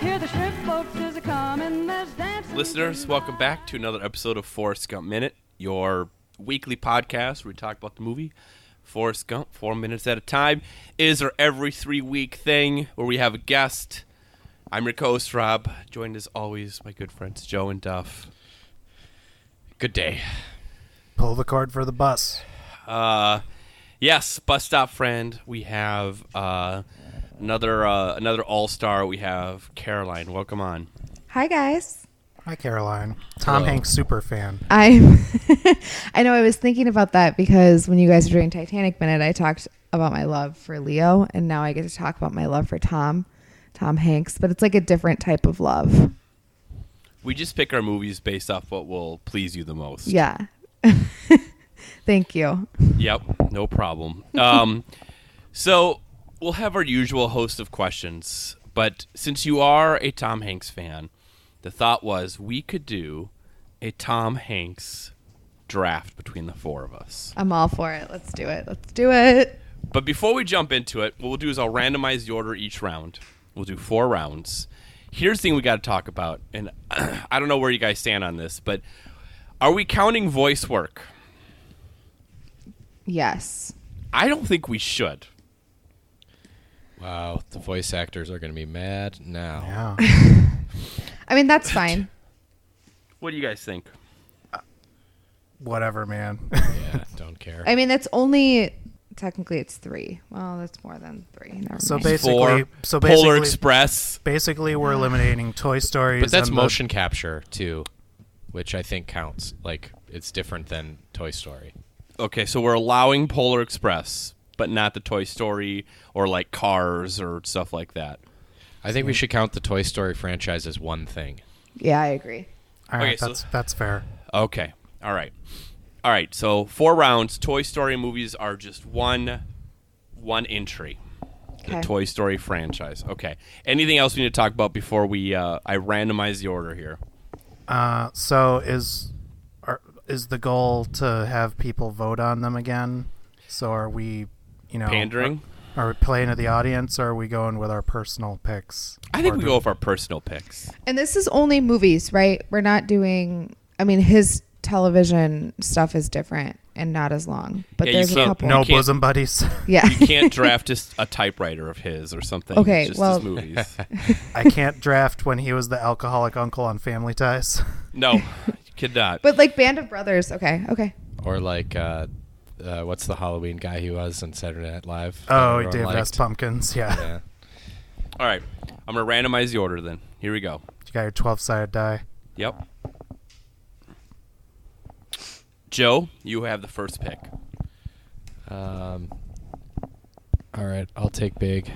Hear the shrimp boats is a comin', there's dancing. Listeners, welcome back to another episode of Forrest Gump Minute, your weekly podcast where we talk about the movie Forrest Gump, four minutes at a time. It is our every three week thing where we have a guest. I'm your host, Rob, joined as always by good friends Joe and Duff. Good day. Pull the cord for the bus. Uh, yes, bus stop friend. We have uh, another uh, another all star. We have Caroline. Welcome on. Hi guys. Hi, Caroline. Tom Hello. Hanks super fan. I'm I know I was thinking about that because when you guys were doing Titanic Minute, I talked about my love for Leo and now I get to talk about my love for Tom, Tom Hanks, but it's like a different type of love. We just pick our movies based off what will please you the most. Yeah. Thank you. Yep, no problem. Um, so we'll have our usual host of questions, but since you are a Tom Hanks fan, the thought was we could do a Tom Hanks draft between the four of us. I'm all for it. Let's do it. Let's do it. But before we jump into it, what we'll do is I'll randomize the order each round. We'll do four rounds. Here's the thing we got to talk about, and I don't know where you guys stand on this, but are we counting voice work? Yes. I don't think we should. Wow, Oh, the voice actors are going to be mad now. Yeah. I mean, that's fine. What do you guys think? Whatever, man. Yeah, don't care. I mean, that's only technically it's 3. Well, that's more than 3. Never So mind. basically, Four, so Polar basically, Express. basically, we're eliminating Toy Stories. but that's and the- motion capture too, which I think counts. Like it's different than Toy Story. Okay, so we're allowing Polar Express, but not the Toy Story or like Cars or stuff like that. I think we should count the Toy Story franchise as one thing. yeah, I agree. All right, Okay, so- that's that's fair. Okay. All right. All right. So four rounds. Toy Story movies are just one, one entry. The Okay. Toy Story franchise. Okay. Anything else we need to talk about before we? Uh, I randomize the order here. Uh, so is are, is the goal to have people vote on them again? So are we, you know, Pandering. Are, are we playing to the audience? or Are we going with our personal picks? I think Or we do- go with our personal picks. And this is only movies, right? We're not doing. I mean, his television stuff is different and not as long, but Yeah, you there's a can't- couple. No You can't- bosom buddies. Yeah. You can't draft just a typewriter of his or something. Okay, It's just well- his movies. I can't draft when he was the alcoholic uncle on Family Ties. No, you could not. but like Band of Brothers, okay, okay. Or like, uh, uh, what's the Halloween guy he was on Saturday Night Live? that Oh, everyone Dave liked? S. Pumpkins. Yeah. Yeah. All right. I'm gonna randomize the order then. Here we go. You got your 12 sided die. Yep. Joe, you have the first pick. Um, all right, I'll take big.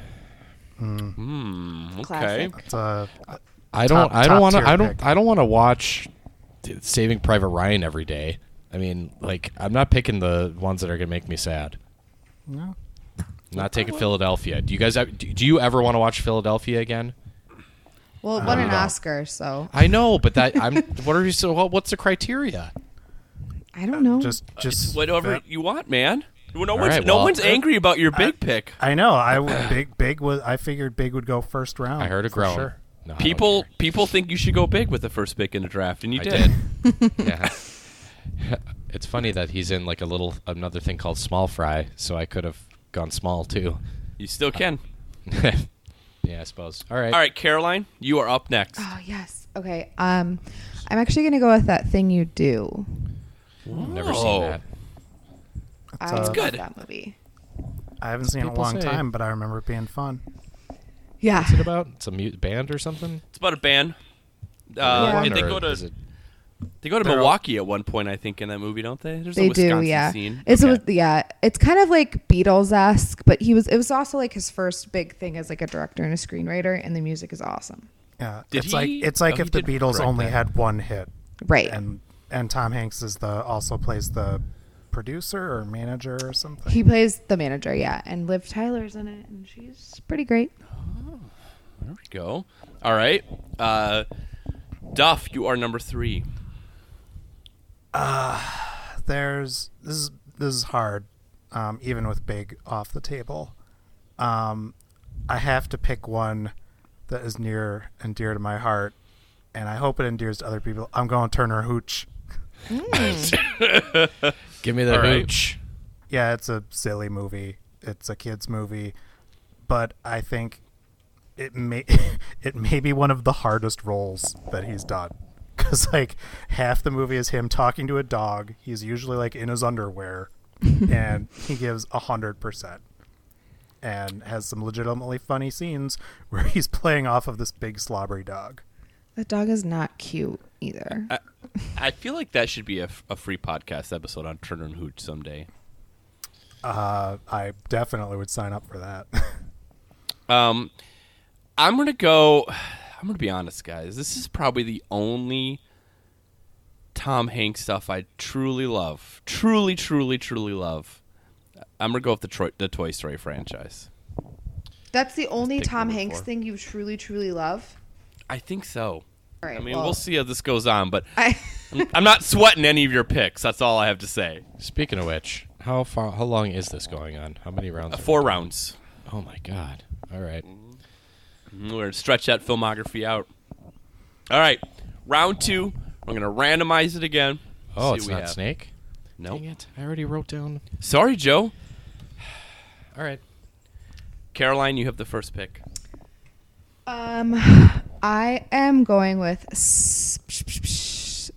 Hmm. Okay. Classic. It's uh, a I don't. Top- I don't top want to. tier I don't. pick. I don't want to watch Saving Private Ryan every day. I mean, like, I'm not picking the ones that are gonna make me sad. no. I'm not taking Philadelphia. Do you guys? ev- Do do you ever want to watch Philadelphia again? Well, it won an Oscar, so I know, but that I'm. What are you? So what- what's the criteria? I don't know. just just Whatever fit. you want, man. Well, no All one's right, no well- one's angry about your big pick. I know. I w- big big was. I figured big would go first round. I heard a for groan. Sure. No, I don't People care. people think you should go big with the first pick in the draft, and you I did. did. yeah. It's funny that he's in like a little another thing called small fry, so I could have gone small too. You still can. yeah, I suppose. All right. All right, Caroline, you are up next. oh yes, okay. Um, I'm actually gonna go with that thing you do. Never Oh. seen that. I uh, It's love good. that movie. I haven't seen it in a People long say- time, but I remember it being fun. Yeah. What's it about? It's a mute band or something. It's about a band. Another Uh, one, and they or go to is it- they go to they're all- Milwaukee at one point, I think, in that movie, don't they? There's a They Wisconsin do, yeah. scene. It's Okay. with yeah. It's kind of like Beatles esque, but he was. It was also like his first big thing as like a director and a screenwriter, and the music is awesome. Yeah. Did it's like he- it's like oh, if he the did Beatles direct only that. had one hit, Right. and and Tom Hanks is the also plays the producer or manager or something. He plays the manager, yeah, and Liv Tyler's in it, and she's pretty great. There we go. All right. Uh, Duff, you are number three. There's this is this is hard, um, even with big off the table. Um, I have to pick one that is near and dear to my heart, and I hope it endears to other people. I'm going Turner Hooch. Give me the All right. hooch. Yeah, it's a silly movie. It's a kids movie, but I think it may it may be one of the hardest roles that he's done because like half the movie is him talking to a dog. He's usually like in his underwear, and he gives a hundred percent. And has some legitimately funny scenes where he's playing off of this big slobbery dog. That dog is not cute either. I feel like that should be a, f- a free podcast episode on Turner and Hooch someday. Uh, I definitely would sign up for that. Um, I'm gonna go. I'm gonna be honest, guys. This is probably the only Tom Hanks stuff I truly love. Truly, truly, truly love. I'm gonna go with the Troy, the Toy Story franchise. That's the only take Tom number Hanks four. thing you truly, truly love. I think so. All right. I mean, well, we'll see how this goes on, but I, I'm not sweating any of your picks. That's all I have to say. Speaking of which, how far? How long is this going on? How many rounds? Uh, are we four doing? rounds. Oh my god! All right. We're gonna stretch that filmography out. All right, round two. I'm gonna randomize it again. Oh, See it's what we not have. snake. No, Dang it! I already wrote down. sorry, Joe. All right. Caroline, you have the first pick. um, I am going with s- psh- psh-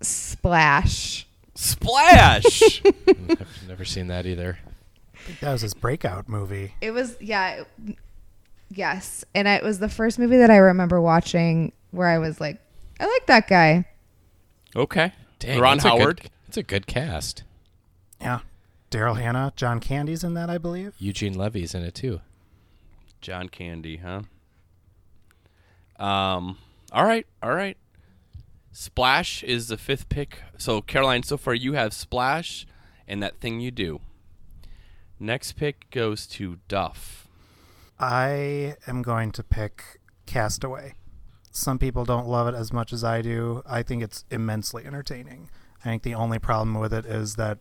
psh- Splash. Splash. I've never seen that either. that was his breakout movie. It was, yeah, it- yes. And it was the first movie that I remember watching where I was like, I like that guy. okay. Dang, Ron that's a good- Howard. That's a good cast. Yeah. Daryl Hannah, John Candy's in that, I believe. Eugene Levy's in it too. John Candy, huh? Um. All right. All right. Splash is the fifth pick. So Caroline, so far you have Splash and that thing you do. Next pick goes to Duff. I am going to pick Castaway. Some people don't love it as much as I do. I think it's immensely entertaining. I think the only problem with it is that,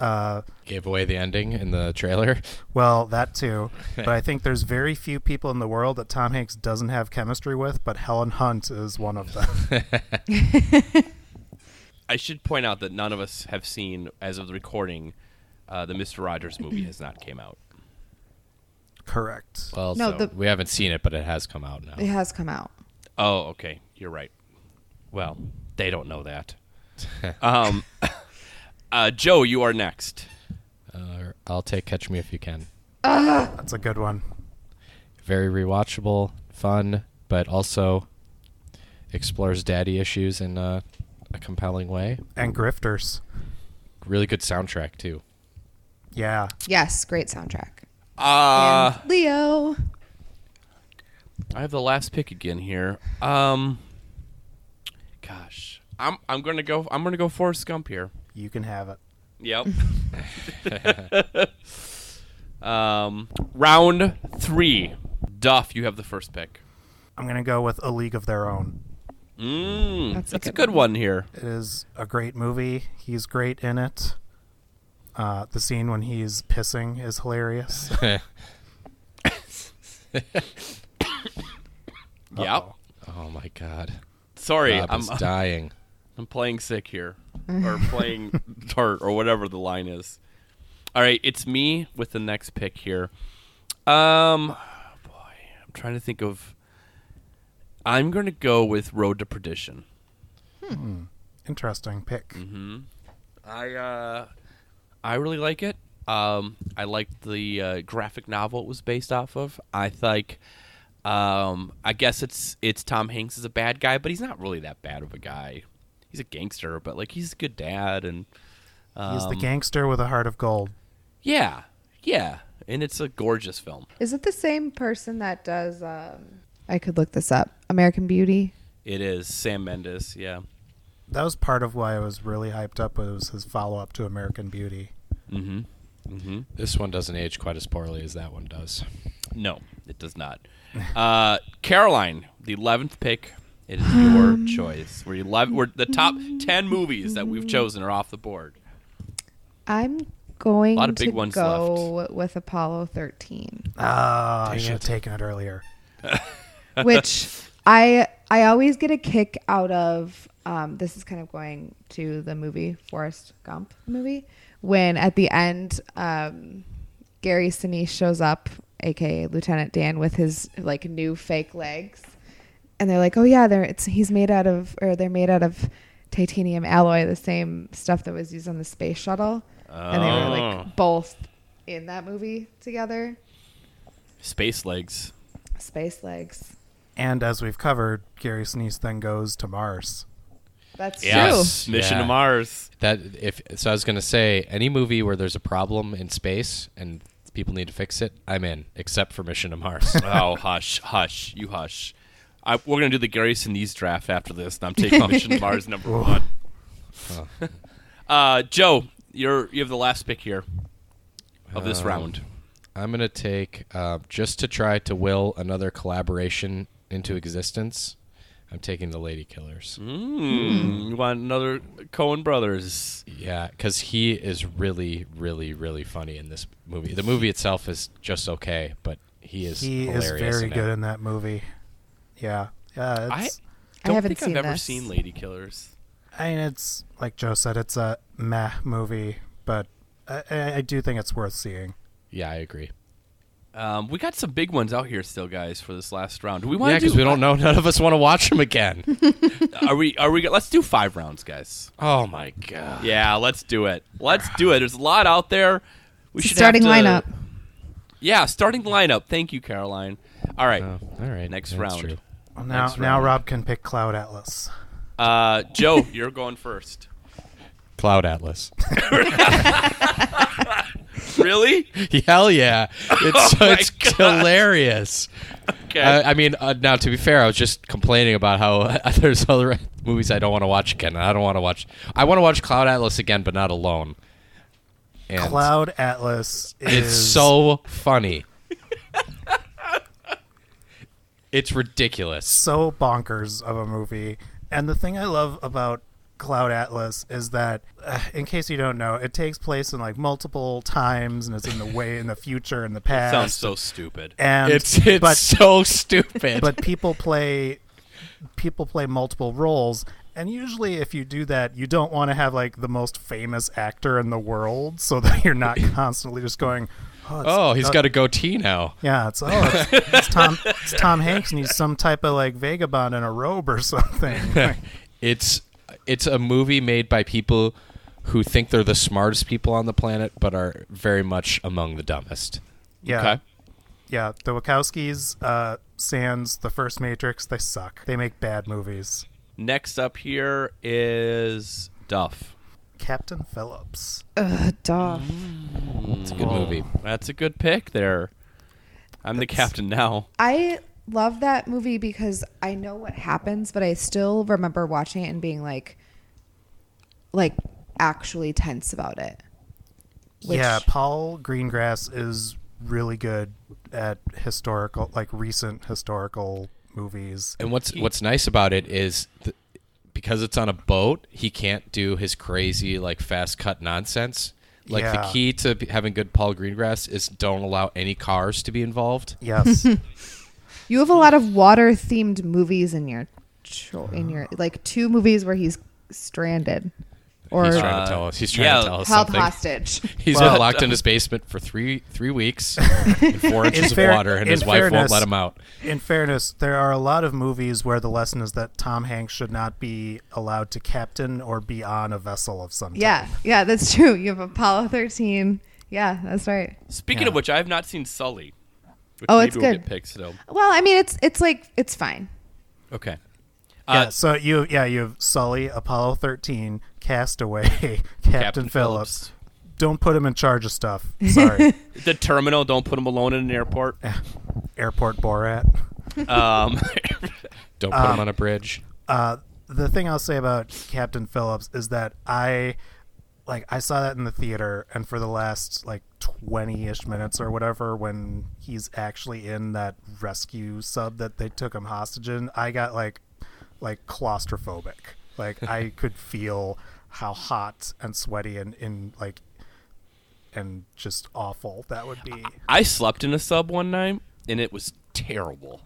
uh, Gave away the ending in the trailer. well, that too. But I think there's very few people in the world that Tom Hanks doesn't have chemistry with, but Helen Hunt is one of them. I should point out that none of us have seen, as of the recording, uh, the Mister Rogers movie has not came out. Correct. Well, No, so the- we haven't seen it, but it has come out now. It has come out. Oh, okay. You're right. Well, they don't know that. um, uh, Joe, you are next. Uh, I'll take Catch Me If You Can. That's a good one. Very rewatchable, fun, but also explores daddy issues in a, a compelling way. And Grifters. Really good soundtrack too. Yeah. Yes, great soundtrack. Uh, And Leo. I have the last pick again here. Um, gosh, I'm I'm gonna go. I'm gonna go Forrest Gump here. You can have it. Yep. um, round three. Duff, you have the first pick. I'm going to go with A League of Their Own. Mm, that's, That's a a good good one, here. It is a great movie. He's great in it. Uh, the scene when he's pissing is hilarious. Oh, Yep. Oh my god. Sorry, Rob I'm is dying. I'm playing sick here, or playing dart, or whatever the line is. All right, it's me with the next pick here. Um, boy, I'm trying to think of. I'm gonna go with Road to Perdition. Interesting pick. Mm-hmm. I uh, I really like it. Um, I liked the uh, graphic novel it was based off of. I think, um, I guess it's it's Tom Hanks is a bad guy, but he's not really that bad of a guy. He's a gangster, but like he's a good dad, and He's the um, gangster with a heart of gold. Yeah, yeah, and it's a gorgeous film. Is it the same person that does? Um, I could look this up. American Beauty. It is Sam Mendes. Yeah. That was part of why I was really hyped up. Was his follow up to American Beauty? Mm-hmm. Mm-hmm. This one doesn't age quite as poorly as that one does. No, it does not. Uh, Caroline, the eleventh pick. It is your choice. We're eleven. We're the top ten movies that we've chosen are off the board. I'm going Lot of to big ones go with Apollo 13. Ah, I should have taken it earlier. which I I always get a kick out of. Um, this is kind of going to the movie Forrest Gump movie when at the end um, Gary Sinise shows up, aka Lieutenant Dan, with his like new fake legs, and they're like, oh yeah, they're it's he's made out of or they're made out of titanium alloy, the same stuff that was used on the space shuttle, and they were Oh. like both in that movie together, Space legs. space legs. And as we've covered, Gary Sinise then goes to Mars. That's Yes. Mission Yeah. to Mars. That if so, I was gonna say any movie where there's a problem in space and people need to fix it, I'm in, except for Mission to Mars. Oh, hush, hush, you hush. I, we're gonna do the Gary Sinise draft after this, and I'm taking Mission to Mars number one. uh, Joe, you're you have the last pick here of this Um, round. I'm gonna take uh, just to try to will another collaboration into existence. I'm taking the Lady Killers. You want another Cohen Brothers? Yeah, because he is really, really, really funny in this movie. The movie itself is just okay, but he is He is hilarious. very in it. good in that movie. Yeah. Yeah. I It's, I don't haven't think seen I've ever this. seen Lady Killers. I, mean, it's like Joe said, it's a meh movie, but I, I I do think it's worth seeing. Yeah, I agree. Um, we got some big ones out here still, guys, for this last round. Do we Yeah, want to? because we don't know. None of us want to watch him again. Are we? Are we? Let's do five rounds, guys. oh my god. Yeah, let's do it. Let's do it. There's a lot out there. We It's a should starting have to- lineup. Yeah, starting lineup. Thank you, Caroline. All right, Oh, all right. next that's round. true. Well, now, Next now round. Rob can pick Cloud Atlas. Uh, Joe, you're going first. Cloud Atlas. Really? Hell yeah! It's Oh my it's God. hilarious. Okay. I, I mean, uh, now to be fair, I was just complaining about how there's other movies I don't want to watch again. And I don't want to watch. I want to watch Cloud Atlas again, but not alone. And Cloud Atlas is It's so funny. it's ridiculous. so bonkers of a movie. And the thing I love about Cloud Atlas is that, uh, in case you don't know, it takes place in like multiple times, and it's in the way in the future and the past. Sounds so stupid. and It's it's Um, but so stupid. but people play people play multiple roles and usually if you do that you don't want to have like the most famous actor in the world so that you're not constantly just going oh, it's- oh, he's uh, got a goatee now. yeah it's oh it's, it's tom it's tom hanks and he's some type of like vagabond in a robe or something Like, It's it's a movie made by people who think they're the smartest people on the planet, but are very much among the dumbest. yeah Okay. yeah the wachowskis uh sans the first matrix they suck they make bad movies Next up here is Duff. captain phillips Ugh, duh. It's a good movie. That's a good pick there. I'm the captain now. I love that movie because I know what happens, but I still remember watching it and being like, like actually tense about it. Which- Yeah, Paul Greengrass is really good at historical, like recent historical movies. And what's what's nice about it is th- because it's on a boat, he can't do his crazy like fast cut nonsense. Like the Yeah. key to b- having good Paul Greengrass is don't allow any cars to be involved. Yes, You have a lot of water themed movies in your cho- in your like two movies where he's stranded or he's trying Uh, to tell us. He's trying yeah. to tell us held something. hostage. He's Well- been locked in his basement for three three weeks, and four inches fair- of water, and in his wife won't fairness- let him out. in fairness, there are a lot of movies where the lesson is that Tom Hanks should not be allowed to captain or be on a vessel of some type. yeah, yeah, that's true. You have Apollo thirteen. Yeah, that's right. Speaking of Yeah. which, I have not seen Sully. Which Oh, maybe it's we'll good. Get picked still. Well, I mean, it's it's like it's fine. Okay. Yeah, Uh, so you, yeah, you have Sully, Apollo thirteen, Castaway, Captain, Captain Phillips. Phillips. Don't put him in charge of stuff. Sorry, The terminal. Don't put him alone in an airport. airport Borat. Um, Don't put uh, him on a bridge. the thing I'll say about Captain Phillips is that I like I saw that in the theater and for the last like 20ish minutes or whatever when he's actually in that rescue sub that they took him hostage in, I got like like claustrophobic. Like I could feel how hot and sweaty and in like and just awful that would be. I slept in a sub one night, and it was terrible.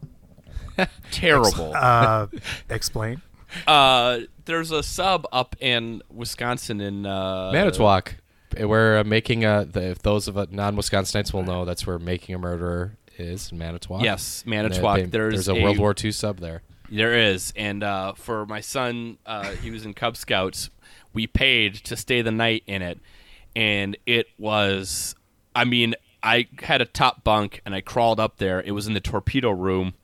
Terrible. Uh, explain. Uh, there's a sub up in Wisconsin in uh, Manitowoc. We're making a. The, if those of uh, non-Wisconsinites will know, that's where making a murderer is in Manitowoc. Yes, And they- Manitowoc. they- There's a, a- World War II sub there. There is, and uh, for my son, uh, he was in Cub Scouts. We paid to stay the night in it, and it was. I mean, I had a top bunk, and I crawled up there. It was in the torpedo room,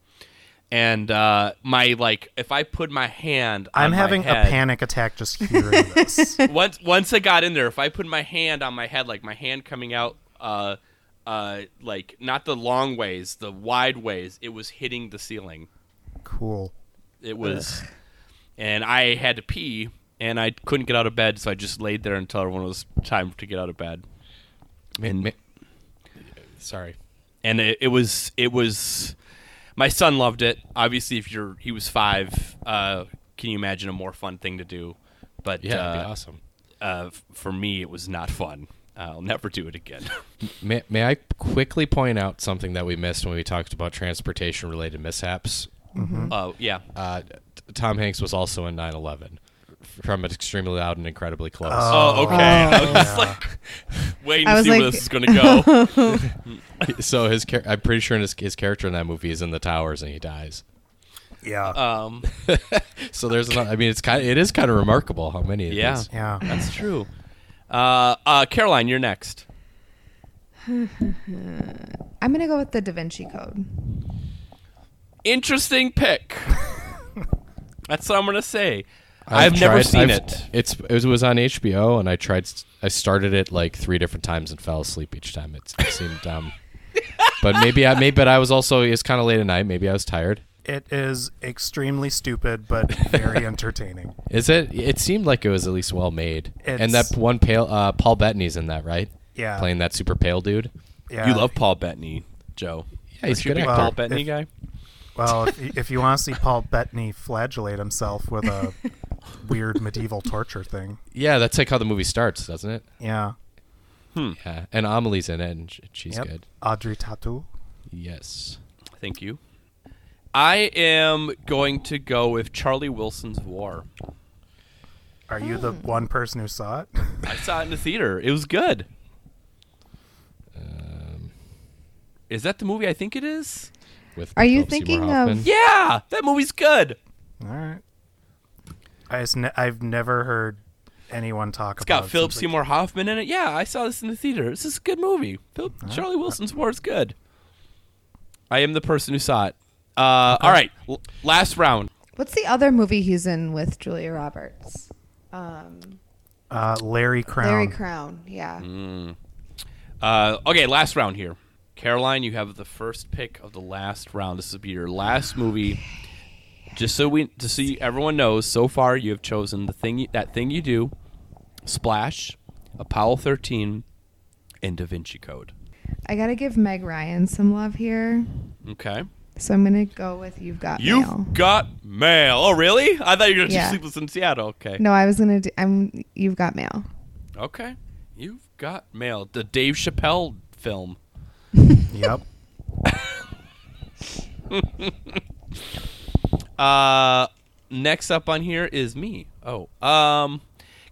and uh, my like, if I put my hand, on I'm my having head- a panic attack just hearing this. once once I got in there, if I put my hand on my head, like my hand coming out, uh, uh, like not the long ways, the wide ways, it was hitting the ceiling. Cool. It was, and I had to pee, and I couldn't get out of bed, so I just laid there until everyone was time to get out of bed. Ma- And- ma- sorry. and it, it was it was my son loved it obviously if you're he was five uh can you imagine a more fun thing to do but Yeah, uh, that'd be awesome. uh, f- for me it was not fun i'll never do it again May, may I quickly point out something that we missed when we talked about transportation-related mishaps? oh yeah Uh, t- Tom Hanks was also in 9/11 from extremely loud and incredibly close. oh okay i was just like waiting to I was see where like- this is gonna go so his char- I'm pretty sure his, his character in that movie is in the towers and he dies. Yeah. um So there's another, I mean it's kind it is kind of remarkable how many of Yeah. these. yeah. that's true uh uh caroline you're next I'm gonna go with the Da Vinci Code. interesting pick that's what i'm gonna say I've, I've, never tried- seen I've- it. It's it was on HBO and I tried s- I started it like 3 different times and fell asleep each time. It, it seemed dumb. but maybe I maybe but I was also it's kind of late at night, maybe I was tired. It is extremely stupid, but very entertaining. Is it it seemed like it was at least well made. and It's- that one pale uh, Paul Bettany's in that, right? Yeah. Playing that super pale dude. Yeah. You love Paul Bettany, Joe. Yeah, Aren't he's a you good big actor. Paul Well, Bettany if- guy. Well, if, y- if you want to see Paul Bettany flagellate himself with a weird medieval torture thing, Yeah, that's like how the movie starts, doesn't it? yeah. Mm. Yeah, and Amelie's in it, and sh- she's Yep. good. Audrey Tautou. Yes. Thank you. I am going to go with Charlie Wilson's War. Are you the one person who saw it? I saw it in the theater. It was good. Um, Is that the movie I think it is? with Are you Philip Seymour thinking of- Hoffman. Yeah, that movie's good. All right. I just ne- I've never heard anyone talk It's about got Philip Oh, it since, Seymour Hoffman in it. Yeah, I saw this in the theater. This is a good movie. Philip, Charlie Wilson's War is good. I am the person who saw it. Uh, All right, l- last round. What's the other movie he's in with Julia Roberts? like, uh, Larry Crown. Larry Crown. Yeah. Mm-hmm. Uh, okay, last round here. Caroline, you have the first pick of the last round. This will be your last movie. Just so we, just so you, everyone knows, so far you have chosen the thing you, that thing you do, Splash, Apollo thirteen, and Da Vinci Code. I gotta give Meg Ryan some love here, Okay. so I'm gonna go with You've Got You've Mail. got mail. Oh, really? I thought you were gonna Yeah. do Sleepless in Seattle. Okay. No, I was gonna do. I'm. You've Got Mail. Okay. You've got mail. The Dave Chappelle film. Yep. Uh, next up on here is me. Oh, um,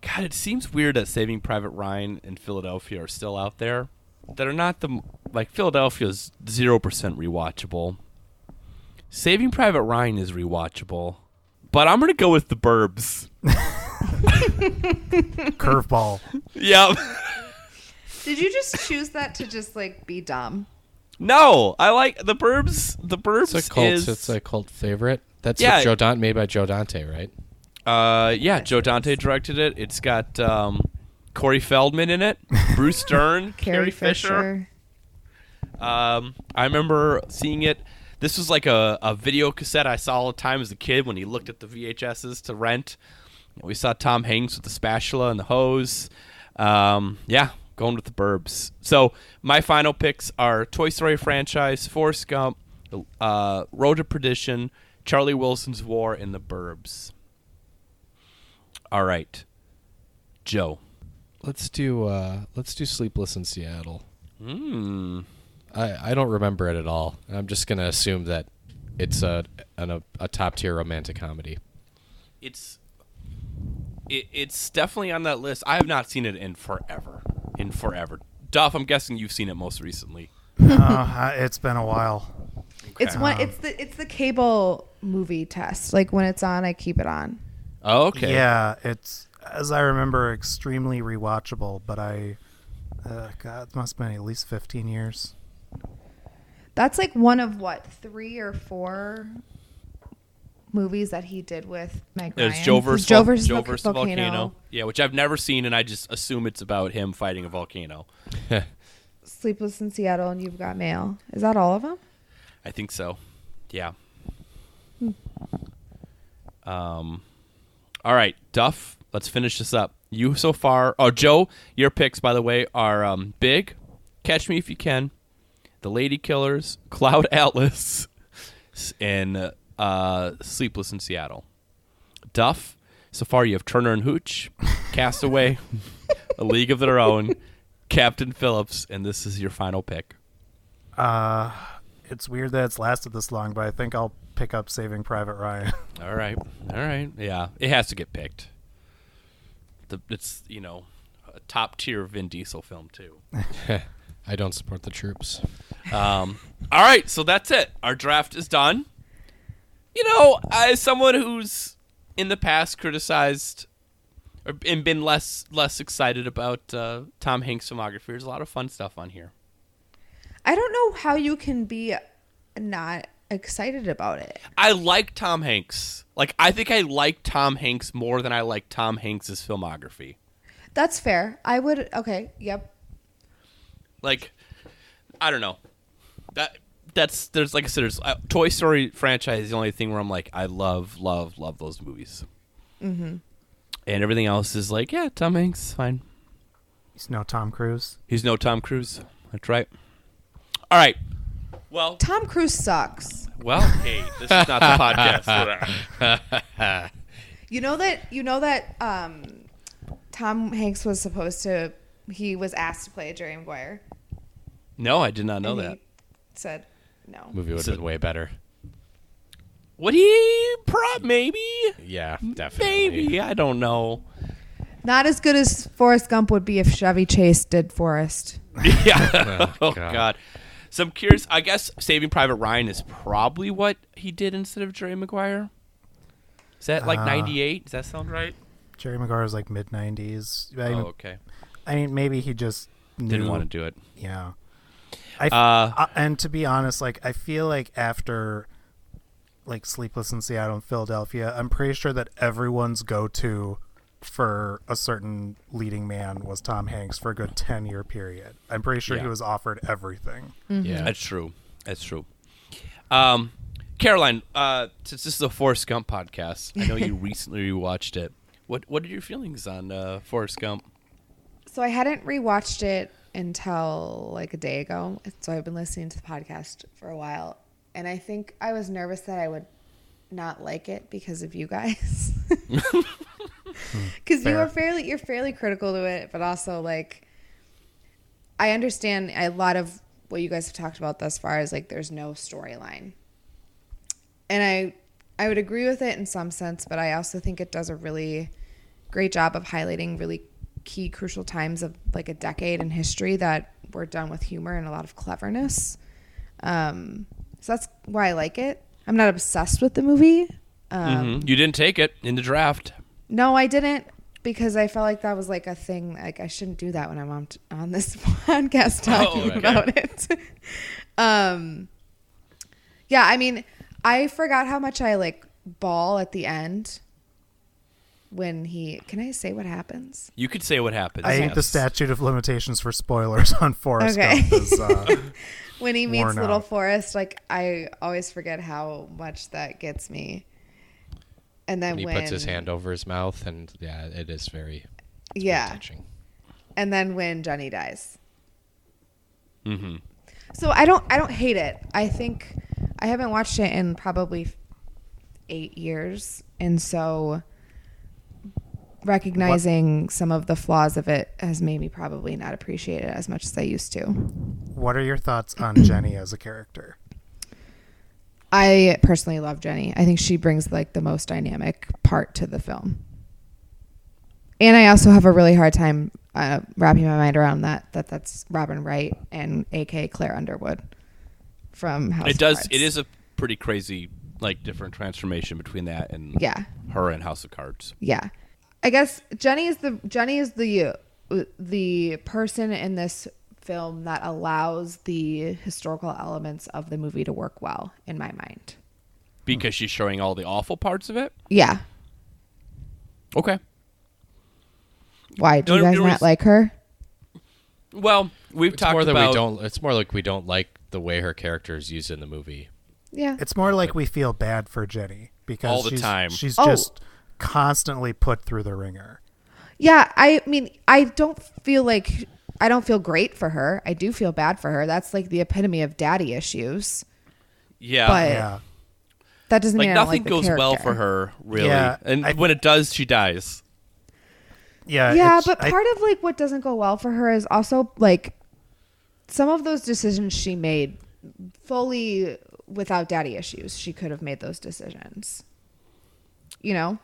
God, it seems weird that Saving Private Ryan and Philadelphia are still out there. That are not the m- like Philadelphia's zero percent rewatchable. Saving Private Ryan is rewatchable, but I'm gonna go with The Burbs. Curveball. yep. Did you just choose that to just like be dumb? no, I like The Burbs. The Burbs It's a cult. is It's a cult favorite. That's Yeah. with Joe Dante, made by Joe Dante, right? Uh, yeah, Joe Dante directed it. It's got um, Corey Feldman in it, Bruce Dern, Carrie Fisher. Um, I remember seeing it. This was like a, a video cassette I saw all the time as a kid when he looked at the VHSs to rent. We saw Tom Hanks with the spatula and the hose. Um, yeah, going with the burbs. So my final picks are Toy Story franchise, Forrest Gump, uh, Road to Perdition, Charlie Wilson's War, and the burbs. All right, Joe. Let's do. Uh, let's do Sleepless in Hmm. Seattle. I I don't remember it at all. I'm just gonna assume that it's a an, a, a top tier romantic comedy. it's it, it's definitely on that list. I have not seen it in forever. In forever. Duff, I'm guessing you've seen it most recently. Uh, it's been a while. It's one. It's the it's the cable movie test. Like when it's on, I keep it on. Oh, okay. Yeah, it's as I remember, extremely rewatchable. But I, uh, God, it must have been at least fifteen years. That's like one of what three or four movies that he did with Meg It Ryan. was Joe versus, Joe Vol- versus, Joe Vol- versus volcano. volcano. Yeah, which I've never seen, and I just assume it's about him fighting a volcano. Sleepless in Seattle, and You've Got Mail. Is that all of them? I think so. Yeah. Um. All right, Duff. Let's finish this up. You so far. Oh, Joe, your picks, by the way, are um, big. Catch me if you can. The Lady Killers, Cloud Atlas, s- and uh, Sleepless in Seattle. Duff. So far, you have Turner and Hooch, Castaway, A League of Their Own, Captain Phillips, and this is your final pick. It's weird that it's lasted this long, but I think I'll pick up Saving Private Ryan. All right. All right. Yeah. It has to get picked. The, it's, you know, a top tier Vin Diesel film, too. I don't support the troops. Um, all right. So that's it. Our draft is done. You know, as someone who's in the past criticized or, and been less less excited about uh, Tom Hanks' filmography, there's a lot of fun stuff on here. I don't know how you can be not excited about it. I like Tom Hanks. Like, I think I like Tom Hanks more than I like Tom Hanks' filmography. That's fair. I would. Okay. Yep. like I don't know. That that's there's like I said, there's uh, Toy Story franchise is the only thing where I'm like I love love love those movies. Mm-hmm. And everything else is like yeah, Tom Hanks fine. He's no Tom Cruise. He's no Tom Cruise. That's right. All right. Well, Tom Cruise sucks. well, hey, this is not the podcast. for that. You know that. You know that. Um, Tom Hanks was supposed to. He was asked to play Jerry Maguire. No, I did not know and that. He said no. Movie would have been way better. Would he prop maybe? Yeah, definitely. Maybe I don't know. Not as good as Forrest Gump would be if Chevy Chase did Forrest. Yeah. Oh, oh God. God. So I'm curious. I guess Saving Private Ryan is probably what he did instead of Jerry Maguire. Is that like Ah. '98? Does that sound right? Jerry Maguire was like mid nineties. I, Oh, okay. I mean, maybe he just knew, Didn't want to do it. Yeah. I f- Uh, uh, and to be honest, like I feel like after like Sleepless in Seattle and Philadelphia, I'm pretty sure that everyone's go to for a certain leading man was Tom Hanks for a good ten year period. I'm pretty sure he Yeah. was offered everything. Mm-hmm. Yeah. That's true. That's true. Um, Caroline, uh, since this is a Forrest Gump podcast, I know you recently rewatched it. What What are your feelings on uh, Forrest Gump? So I hadn't rewatched it until like a day ago. So I've been listening to the podcast for a while. And I think I was nervous that I would not like it because of you guys. Because you Fair. were fairly you're fairly critical to it, but also like I understand a lot of what you guys have talked about thus far is like there's no storyline. And I I would agree with it in some sense, but I also think it does a really great job of highlighting really key crucial times of like a decade in history that were done with humor and a lot of cleverness. Um, so that's why I like it. I'm not obsessed with the movie. Um, Mhm. You didn't take it in the draft. No, I didn't because I felt like that was like a thing. Like I shouldn't do that when I'm on, on this podcast Oh, talking okay. about it. um, yeah, I mean, I forgot how much I like ball at the end when he. Can I say what happens? You could say what happens. I think the yes. statute of limitations for spoilers on Forrest Okay. Gump is uh, When he meets Worn Little out. Forest, like I always forget how much that gets me. And then And he when puts his hand over his mouth, and yeah, it is very yeah, touching. and then when Johnny dies. Mm-hmm. So I don't I don't hate it. I think I haven't watched it in probably eight years, and so recognizing some of the flaws of it has made me probably not appreciate it as much as I used to. what are your thoughts on Jenny as a character? I personally love Jenny. I think she brings like the most dynamic part to the film. And I also have a really hard time uh, wrapping my mind around that that that's Robin Wright and A.K. Claire Underwood from House. It of does. Cards. It is a pretty crazy, like, different transformation between that and Yeah. her and House of Cards. yeah i guess jenny is the jenny is the the person in this film that allows the historical elements of the movie to work well in my mind Because she's showing all the awful parts of it. yeah Okay. why do No, you guys it not was- like her Well, we've It's talked more that about we don't. It's more like we don't like the way her character is used in the movie. yeah It's more like we feel bad for Jenny because All the she's, time. she's Oh. just constantly put through the ringer. yeah i mean i don't feel like i don't feel great for her i do feel bad for her that's like the epitome of daddy issues yeah. but Yeah. that doesn't like mean nothing I don't like the goes well for character. her, really. Yeah, and I- when it does, she dies. Yeah. yeah Uh, it's- but I- part of like what doesn't go well for her is also like some of those decisions she made fully without daddy issues she could have made those decisions you know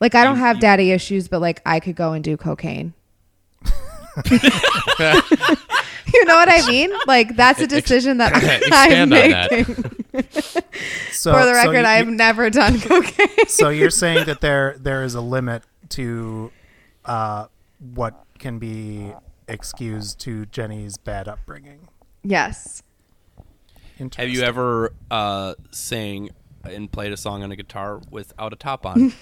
like i don't have daddy issues but like i could go and do cocaine you know what i mean like that's a decision that i'm Expand on that. making so, for so the record you- i've you- never done cocaine so you're saying that there there is a limit to uh, what can be excused to Jenny's bad upbringing. yes Have you Interesting. ever uh, sang and played a song on a guitar without a top on?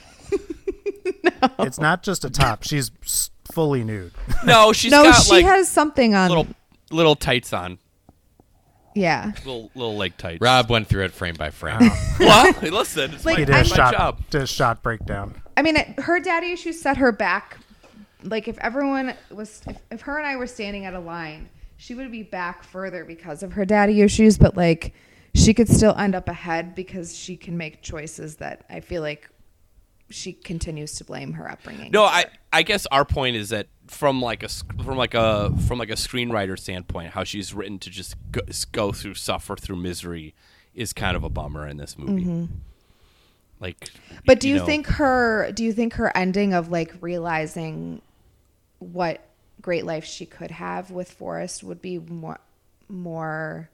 It's not just a top. She's s- fully nude. no, she's no got she like has something on little little tights on, yeah little little leg tights. Rob went through it frame by frame. what? Hey, Listen, it's my, Like, He It did a it's my is shot, job. did a shot breakdown. I mean, it, her daddy issues set her back. Like, if everyone was, if, if her and I were standing at a line, she would be back further because of her daddy issues, but like, she could still end up ahead because she can make choices that I feel like she continues to blame her upbringing. No, I I guess our point is that from like a sc- from like a from like a screenwriter standpoint, how she's written to just go, go through suffer through misery is kind of a bummer in this movie. Like, Mm-hmm. But do you, know, think her do you think her ending of like realizing what great life she could have with Forrest would be more more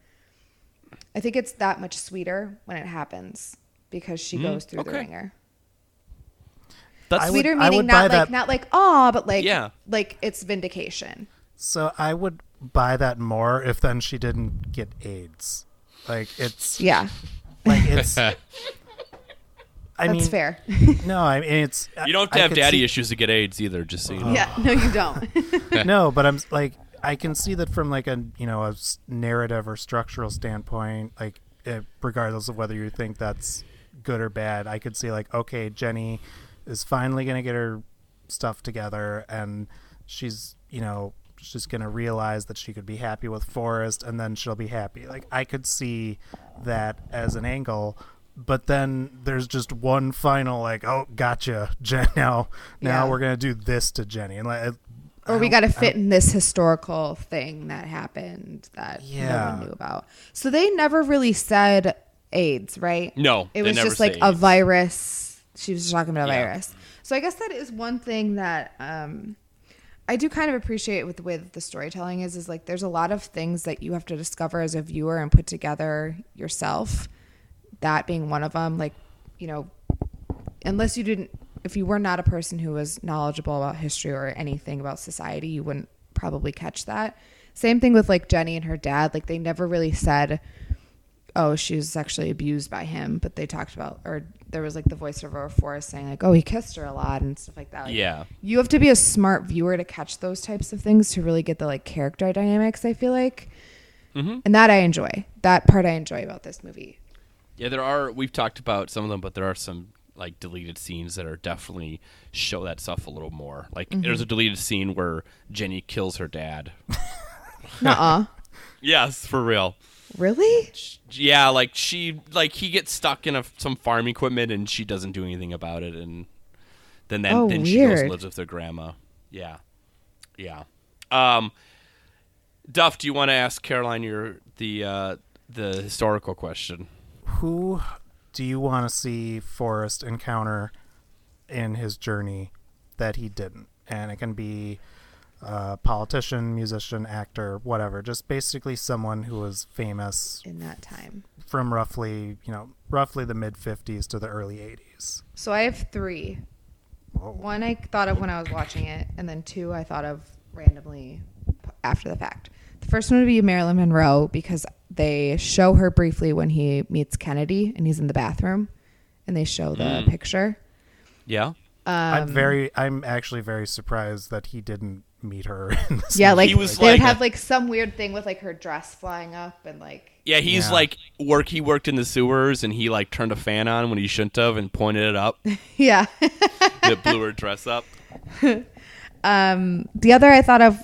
I think it's that much sweeter when it happens because she goes through the Hmm? okay. ringer. that's I would- Sweeter I meaning would not buy like that. not like aw, but like Yeah. like it's vindication. So I would buy that more if then she didn't get AIDS. Like it's Yeah. like it's. I That's mean, fair. no, I mean it's. you don't have to have daddy issues to get AIDS either. Just so you know. yeah, no you don't. no, but I'm like I can see that from like a you know a s- narrative or structural standpoint, like it, regardless of whether you think that's good or bad, I could see like okay, Jenny is finally gonna get her stuff together, and she's you know she's gonna realize that she could be happy with Forrest, and then she'll be happy. Like I could see that as an angle. But then there's just one final like, oh, gotcha, Jen. Now, now Yeah. we're gonna do this to Jenny, and like, or we got to fit in this historical thing that happened that no Yeah. one knew about. So they never really said AIDS, right? No, they it was never just like say a AIDS. virus. She was just talking about a Yeah. virus. So I guess that is one thing that um, I do kind of appreciate with with the storytelling is is like there's a lot of things that you have to discover as a viewer and put together yourself. That being one of them, like you know, unless you didn't if you were not a person who was knowledgeable about history or anything about society you wouldn't probably catch that same thing with like jenny and her dad like they never really said oh she was sexually abused by him but they talked about or there was like the voiceover of forrest saying like oh he kissed her a lot and stuff like that Like, Yeah. you have to be a smart viewer to catch those types of things to really get the like character dynamics i feel like and that i enjoy that part i enjoy about this movie Yeah, there are. We've talked about some of them, but there are some like deleted scenes that are definitely show that stuff a little more. Like Mm-hmm. there's a deleted scene where Jenny kills her dad. uh-uh yes, for real. really Yeah, like she like he gets stuck in a, some farm equipment and she doesn't do anything about it, and then then, Oh, then she goes and weird. lives with her grandma. Yeah, yeah. Um, Duff, do you want to ask Caroline your the uh, the historical question? who do you want to see Forrest encounter in his journey that he didn't? And it can be uh, politician, musician, actor, whatever. Just basically someone who was famous in that time. from roughly, you know, roughly the mid 50s to the early 80s. So I have three. Whoa. One I thought of when I was watching it, and then two I thought of randomly after the fact. The first one would be Marilyn Monroe because they show her briefly when he meets Kennedy and he's in the bathroom and they show the Hmm. picture. Yeah. Um, I'm very, I'm actually very surprised that he didn't meet her. In this Yeah, movie. like He was they would like- have like some weird thing with like her dress flying up and like Yeah, he's Yeah. like work. He worked in the sewers, and he like turned a fan on when he shouldn't have, and pointed it up. yeah. it blew her dress up. Um, the other I thought of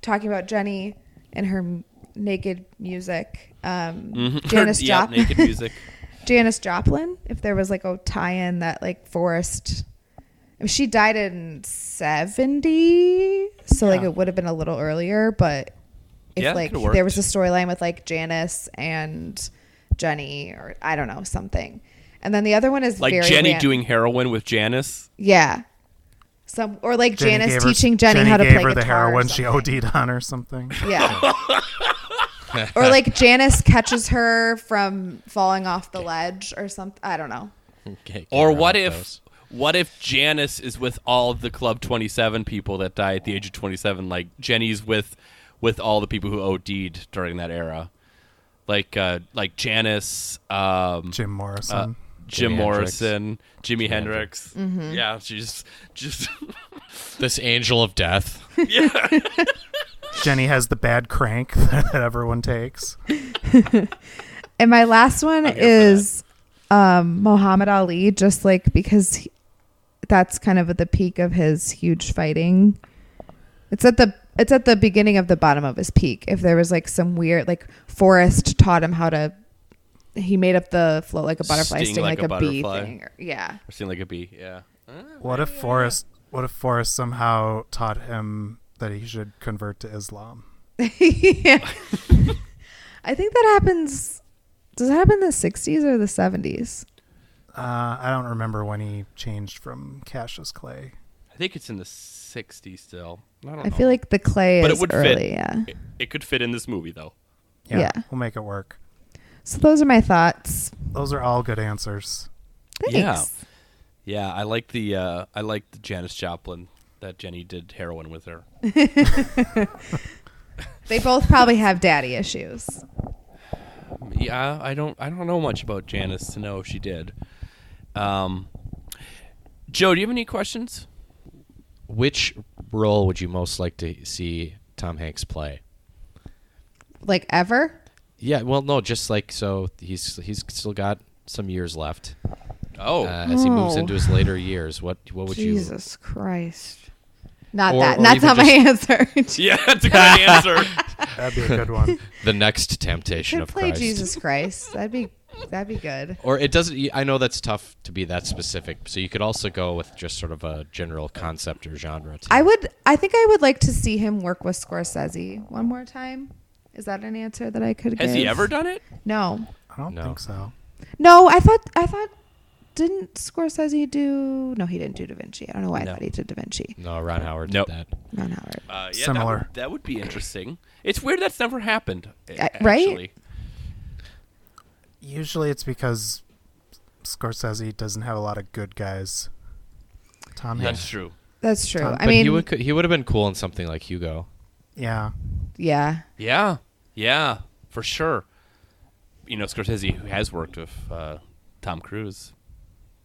talking about Jenny and her m- naked music. Um, Janis Mm-hmm. yeah, Joplin. naked music. Janis Joplin, if there was like a tie-in that like Forrest, I mean, she died in seventy, so like it would have been a little earlier. But if Yeah, like could've worked. there was a storyline with like Janice and Jenny, or I don't know something, and then the other one is Like very Jenny ran- doing heroin with Janice. yeah, some or like Jenny Janice gave her- teaching Jenny, how to gave play her guitar the heroin or she something. OD'd on or something. Yeah. or like Janice catches her from falling off the ledge or something. I don't know. Okay, Or get around what with if those. what if Janice is with all of the Club 27 people that die at the age of 27? Like Jenny's with with all the people who OD'd during that era. Like uh like Janice, um Jim Morrison. Jim Jimi Hendrix. Morrison, Jimi Hendrix. Yeah, she's just this angel of death? Jenny has the bad crank that everyone takes. And my last one for is um, Muhammad Ali, just like because he, that's kind of at the peak of his huge fighting. It's at the it's at the beginning of the bottom of his peak. If there was like some weird like Forrest taught him how to, he made up the float like a butterfly, sting, like, a, bee butterfly. thing. or- Yeah, I've seen like a bee. Yeah. What if Forrest? What if Forrest somehow taught him that he should convert to Islam? yeah. I think that happens. Does that happen in the '60s or the '70s? Uh, I don't remember when he changed from Cassius Clay. I think it's in the 60s still. I don't I know. feel like the clay But it is would early. fit. Yeah. it, it could fit in this movie though. Yeah. we'll make it work. So those are my thoughts. Those are all good answers. Thanks. Yeah. Yeah, I like the uh, I like the Janis Joplin that Jenny did heroin with her. They both probably have daddy issues. Yeah, I don't I don't know much about Janice to know if she did. Um, Joe, do you have any questions? Which role would you most like to see Tom Hanks play? Like ever? Yeah, well, no, just like so he's he's still got some years left Oh, uh, as he moves Oh. into his later years. What what would you? Jesus Christ. Not Or- that. or That's even not my answer. yeah, that's a good answer. That'd be a good one. The next temptation Could of play Christ. Jesus Christ. That'd be that'd be good. Or it doesn't. I know that's tough to be that specific. So you could also go with just sort of a general concept or genre. too. I would. I think I would like to see him work with Scorsese one more time. Is that an answer that I could Has give? he ever done it? No. I don't No. think so. No, I thought I thought didn't Scorsese do No, he didn't do Da Vinci. I don't know why I No. thought he did Da Vinci. no, Ron Howard Nope. did that. Ron Howard. Uh, yeah, That Similar. would, that would be interesting. It's weird that's never happened. a- Uh, right? actually. Usually, it's because Scorsese doesn't have a lot of good guys. Tom That's Hanks. true. That's true. Tom- I but mean, he would he would have been cool in something like Hugo. Yeah, yeah. Yeah, yeah, for sure. You know, Scorsese who has worked with uh, Tom Cruise.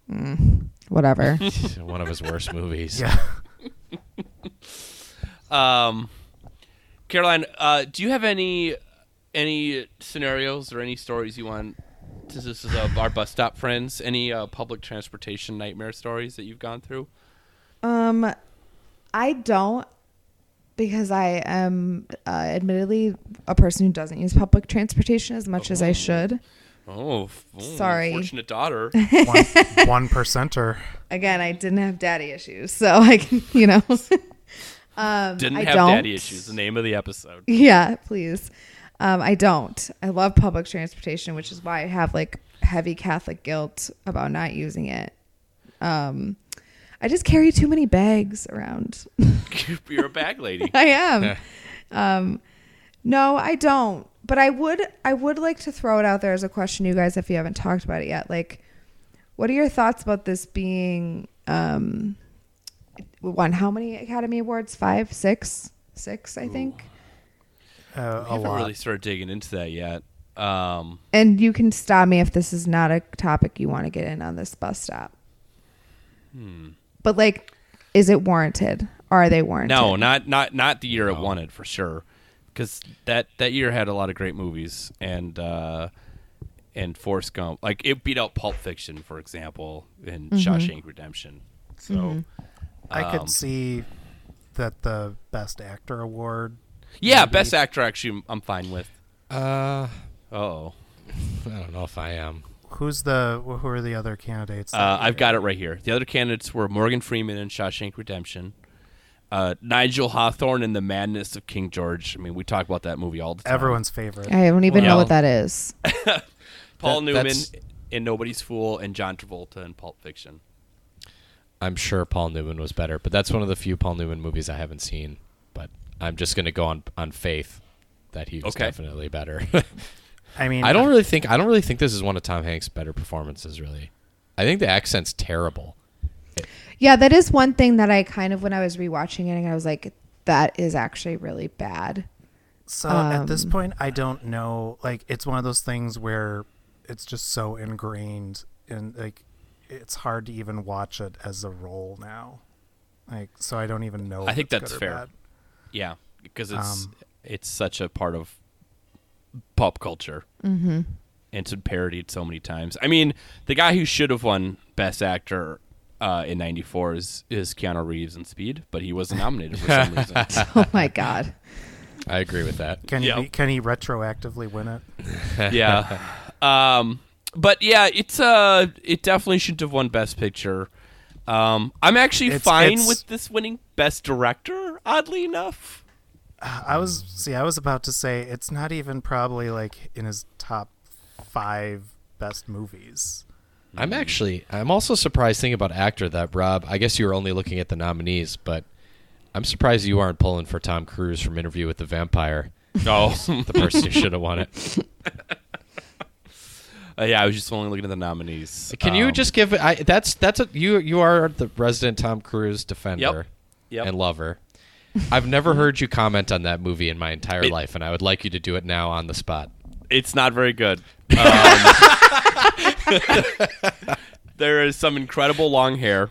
Whatever. one of his worst movies. yeah. Um, Caroline, uh, do you have any any scenarios or any stories you want? Since this is of our bus stop friends, any uh, public transportation nightmare stories that you've gone through? um, I don't because I am uh, admittedly a person who doesn't use public transportation as much as I should. Oh, f- oh, Sorry. fortunate daughter. One, one percenter. Again, I didn't have daddy issues, so I can, you know. um, Didn't I have don't. daddy issues. The name of the episode. Yeah, please. Um, I don't. I love public transportation, which is why I have like heavy Catholic guilt about not using it. Um, I just carry too many bags around. You're a bag lady. I am. Um, no, I don't. But I would. I would like to throw it out there as a question, to you guys, if you haven't talked about it yet. Like, what are your thoughts about this being um, won how many Academy Awards? Five, six, six, I think. Uh, I a haven't lot. really started digging into that yet. Um, And you can stop me if this is not a topic you want to get in on this bus stop. Hmm. But like, is it warranted? Are they warranted? no, not not not the year it won it for sure, because that that year had a lot of great movies and uh, and Forrest Gump. Like it beat out Pulp Fiction, for example, and Shawshank Redemption. So I could see that the best actor award. yeah, Mm-hmm. Best Actor actually I'm fine with. Uh, Oh, I don't know if I am. Who's the who are the other candidates? that uh, year? I've got it right here. The other candidates were Morgan Freeman in Shawshank Redemption. Uh, Nigel Hawthorne in The Madness of King George. I mean, we talk about that movie all the time. everyone's favorite. I don't even know Well- what that is. Paul That- Newman that's- in Nobody's Fool and John Travolta in Pulp Fiction. I'm sure Paul Newman was better, but that's one of the few Paul Newman movies I haven't seen. But I'm just gonna go on on faith that he was Okay. definitely better. I mean, I don't really think I don't really think this is one of Tom Hanks' better performances. Really, I think the accent's terrible. Yeah, that is one thing that I kind of when I was rewatching it, and I was like, that is actually really bad. So at this point, I don't know. Like, it's one of those things where it's just so ingrained, and like, it's hard to even watch it as a role now. Like, so I don't even know. I if think it's that's good or fair. bad. Yeah, because it's Um, it's such a part of pop culture. Mm-hmm. And it's been parodied so many times. I mean, the guy who should have won Best Actor uh, in '94 is is Keanu Reeves in Speed, but he wasn't nominated for some reason. Oh my god. I agree with that. Can Yeah. he can he retroactively win it? yeah. Um, but yeah, it's uh, it definitely should have won Best Picture. Um, I'm actually It's- fine it's- with this winning Best Director. Oddly enough, I was see, I was about to say it's not even probably like in his top five best movies. I'm actually I'm also surprised thinking about actor that Rob. I guess you were only looking at the nominees, but I'm surprised you aren't pulling for Tom Cruise from Interview with the Vampire. Oh, the person who should have won it. uh, yeah, I was just only looking at the nominees. Can you Um, just give? I, that's that's a you you are the resident Tom Cruise defender Yep. and lover. I've never heard you comment on that movie in my entire It- life, and I would like you to do it now on the spot. It's not very good. Um, there is some incredible long hair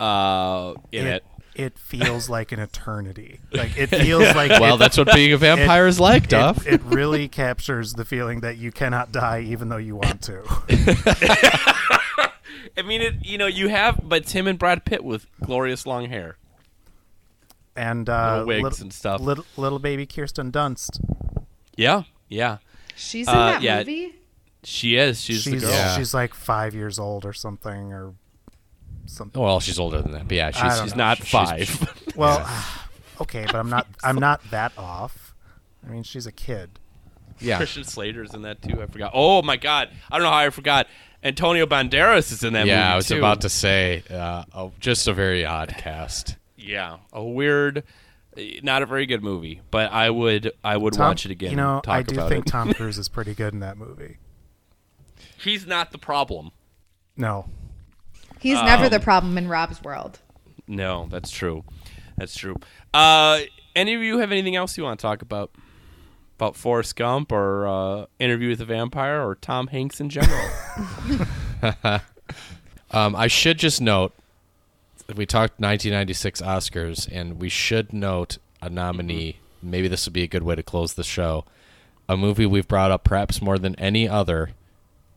uh, in it. It it feels like an eternity. Like it feels like Well, it- that's what being a vampire is like, Duff. It, it really captures the feeling that you cannot die even though you want to. I mean, it. You know, you have, but it's him and Brad Pitt with glorious long hair. And uh, Little wigs lit- and stuff. Little, little baby Kirsten Dunst. Yeah, yeah. She's in Uh, that yeah. movie? She is. She's, She's the girl. Yeah. she's like five years old or something or something. well, she's older than that, but yeah, she's, don't she's She's know. not She's- five. Well, okay, but I'm not I'm not that off. I mean, she's a kid. yeah. Christian Slater's in that too. I forgot. Oh my god, I don't know how I forgot. Antonio Banderas is in that movie. Yeah, I was too. about to say, uh, a, just a very odd cast. Yeah, a weird, eh, not a very good movie, but I would I would Tom- watch it again. You know, and talk I do about think it. Tom Cruise is pretty good in that movie. he's not the problem. No, He's Um, never the problem in Rob's world. No, that's true. That's true. Uh, any of you have anything else you want to talk about? About Forrest Gump or uh, Interview with a Vampire or Tom Hanks in general? Um, I should just note that we talked 1996 Oscars, and we should note a nominee. Maybe this would be a good way to close the show. A movie we've brought up perhaps more than any other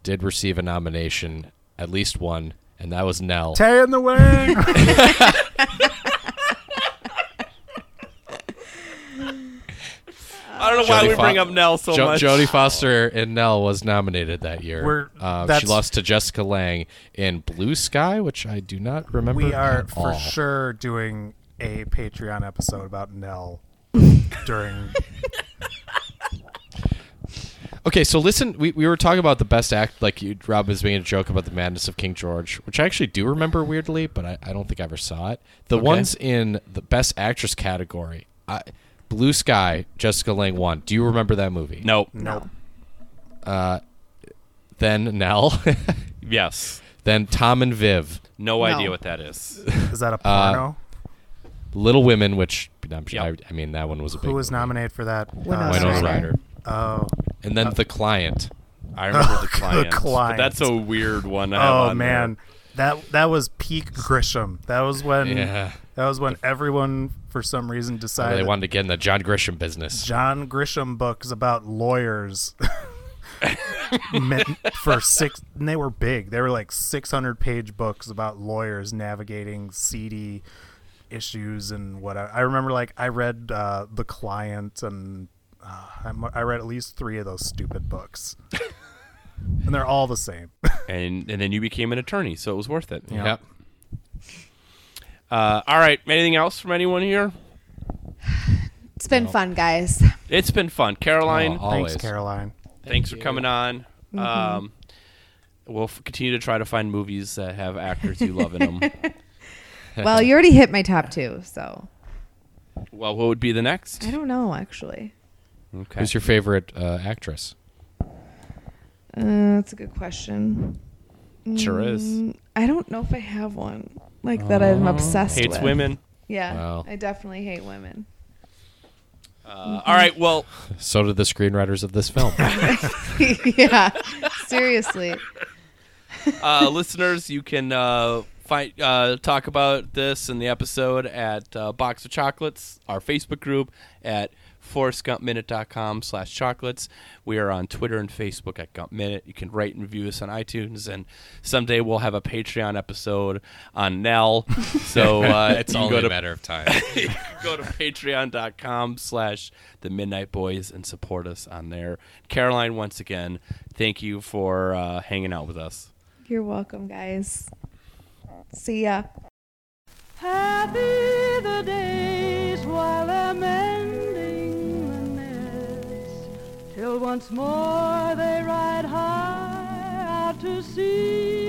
did receive a nomination, at least one, and that was Nell. Tay in the wing. I don't know why Jodie we Fo- bring up Nell so Jo- much. Jodie Foster and Nell was nominated that year. We're- Uh, she that's- lost to Jessica Lange in Blue Sky, which I do not remember. we are at for all. sure doing a Patreon episode about Nell during Okay, so listen, we, we were talking about the best act, like you, Rob was making a joke about the madness of King George, which I actually do remember weirdly, but I, I don't think I ever saw it. The ones in the best actress category, I, Blue Sky, Jessica Lange won. Do you remember that movie? No. Nope. Then Nell, Yes. then Tom and Viv, No, idea No. what that is. Is that a Uh, porno? Little Women, which I'm sure, Yep. I, I mean that one was a big. Who was movie. nominated for that? uh, Winona Winona Ryder. Ryder, Oh, and then The Client. I remember the The client. but client. that's a weird one. I have oh on man, that that was peak Grisham. That was when Yeah. Oh, that was when everyone for some reason decided They wanted to get in the John Grisham business. uh, John Grisham books about lawyers meant for six. And they were big. They were like 600 page books about lawyers navigating seedy issues and what I, I remember. Like I read uh, The Client and uh, I'm, I read at least three of those stupid books. and they're all the same. there. And and then you became an attorney, so it was worth it. Yeah. Yep. Uh, all right. Anything else from anyone here? It's been fun, guys. It's been fun, Caroline. Oh, always. Thanks, Caroline. thanks for coming on. Um, we'll f- continue to try to find movies that have actors you love in them. Well, you already hit my top two, so well, what would be the next? I don't know actually. Okay. Who's your favorite uh, actress? Uh, that's a good question. sure is. Mm, I don't know if I have one like that. I'm obsessed Uh, Hates with. women. Yeah, Wow. I definitely hate women. Uh, all right. Well, So did the screenwriters of this film. yeah, seriously. uh, listeners, you can uh, find uh, talk about this in the episode at uh, Box of Chocolates, our Facebook group at forrestgumpminute.com slash chocolates. We are on Twitter and Facebook at Gump Minute. You can rate and review us on iTunes, and someday we'll have a Patreon episode on Nell. So uh, it's you only go a to matter of time. go to patreon.com slash the midnight boys and support us on there caroline once again thank you for uh, hanging out with us You're welcome, guys. See ya. Happy the days while I'm ending the nest, till once more they ride high out to sea.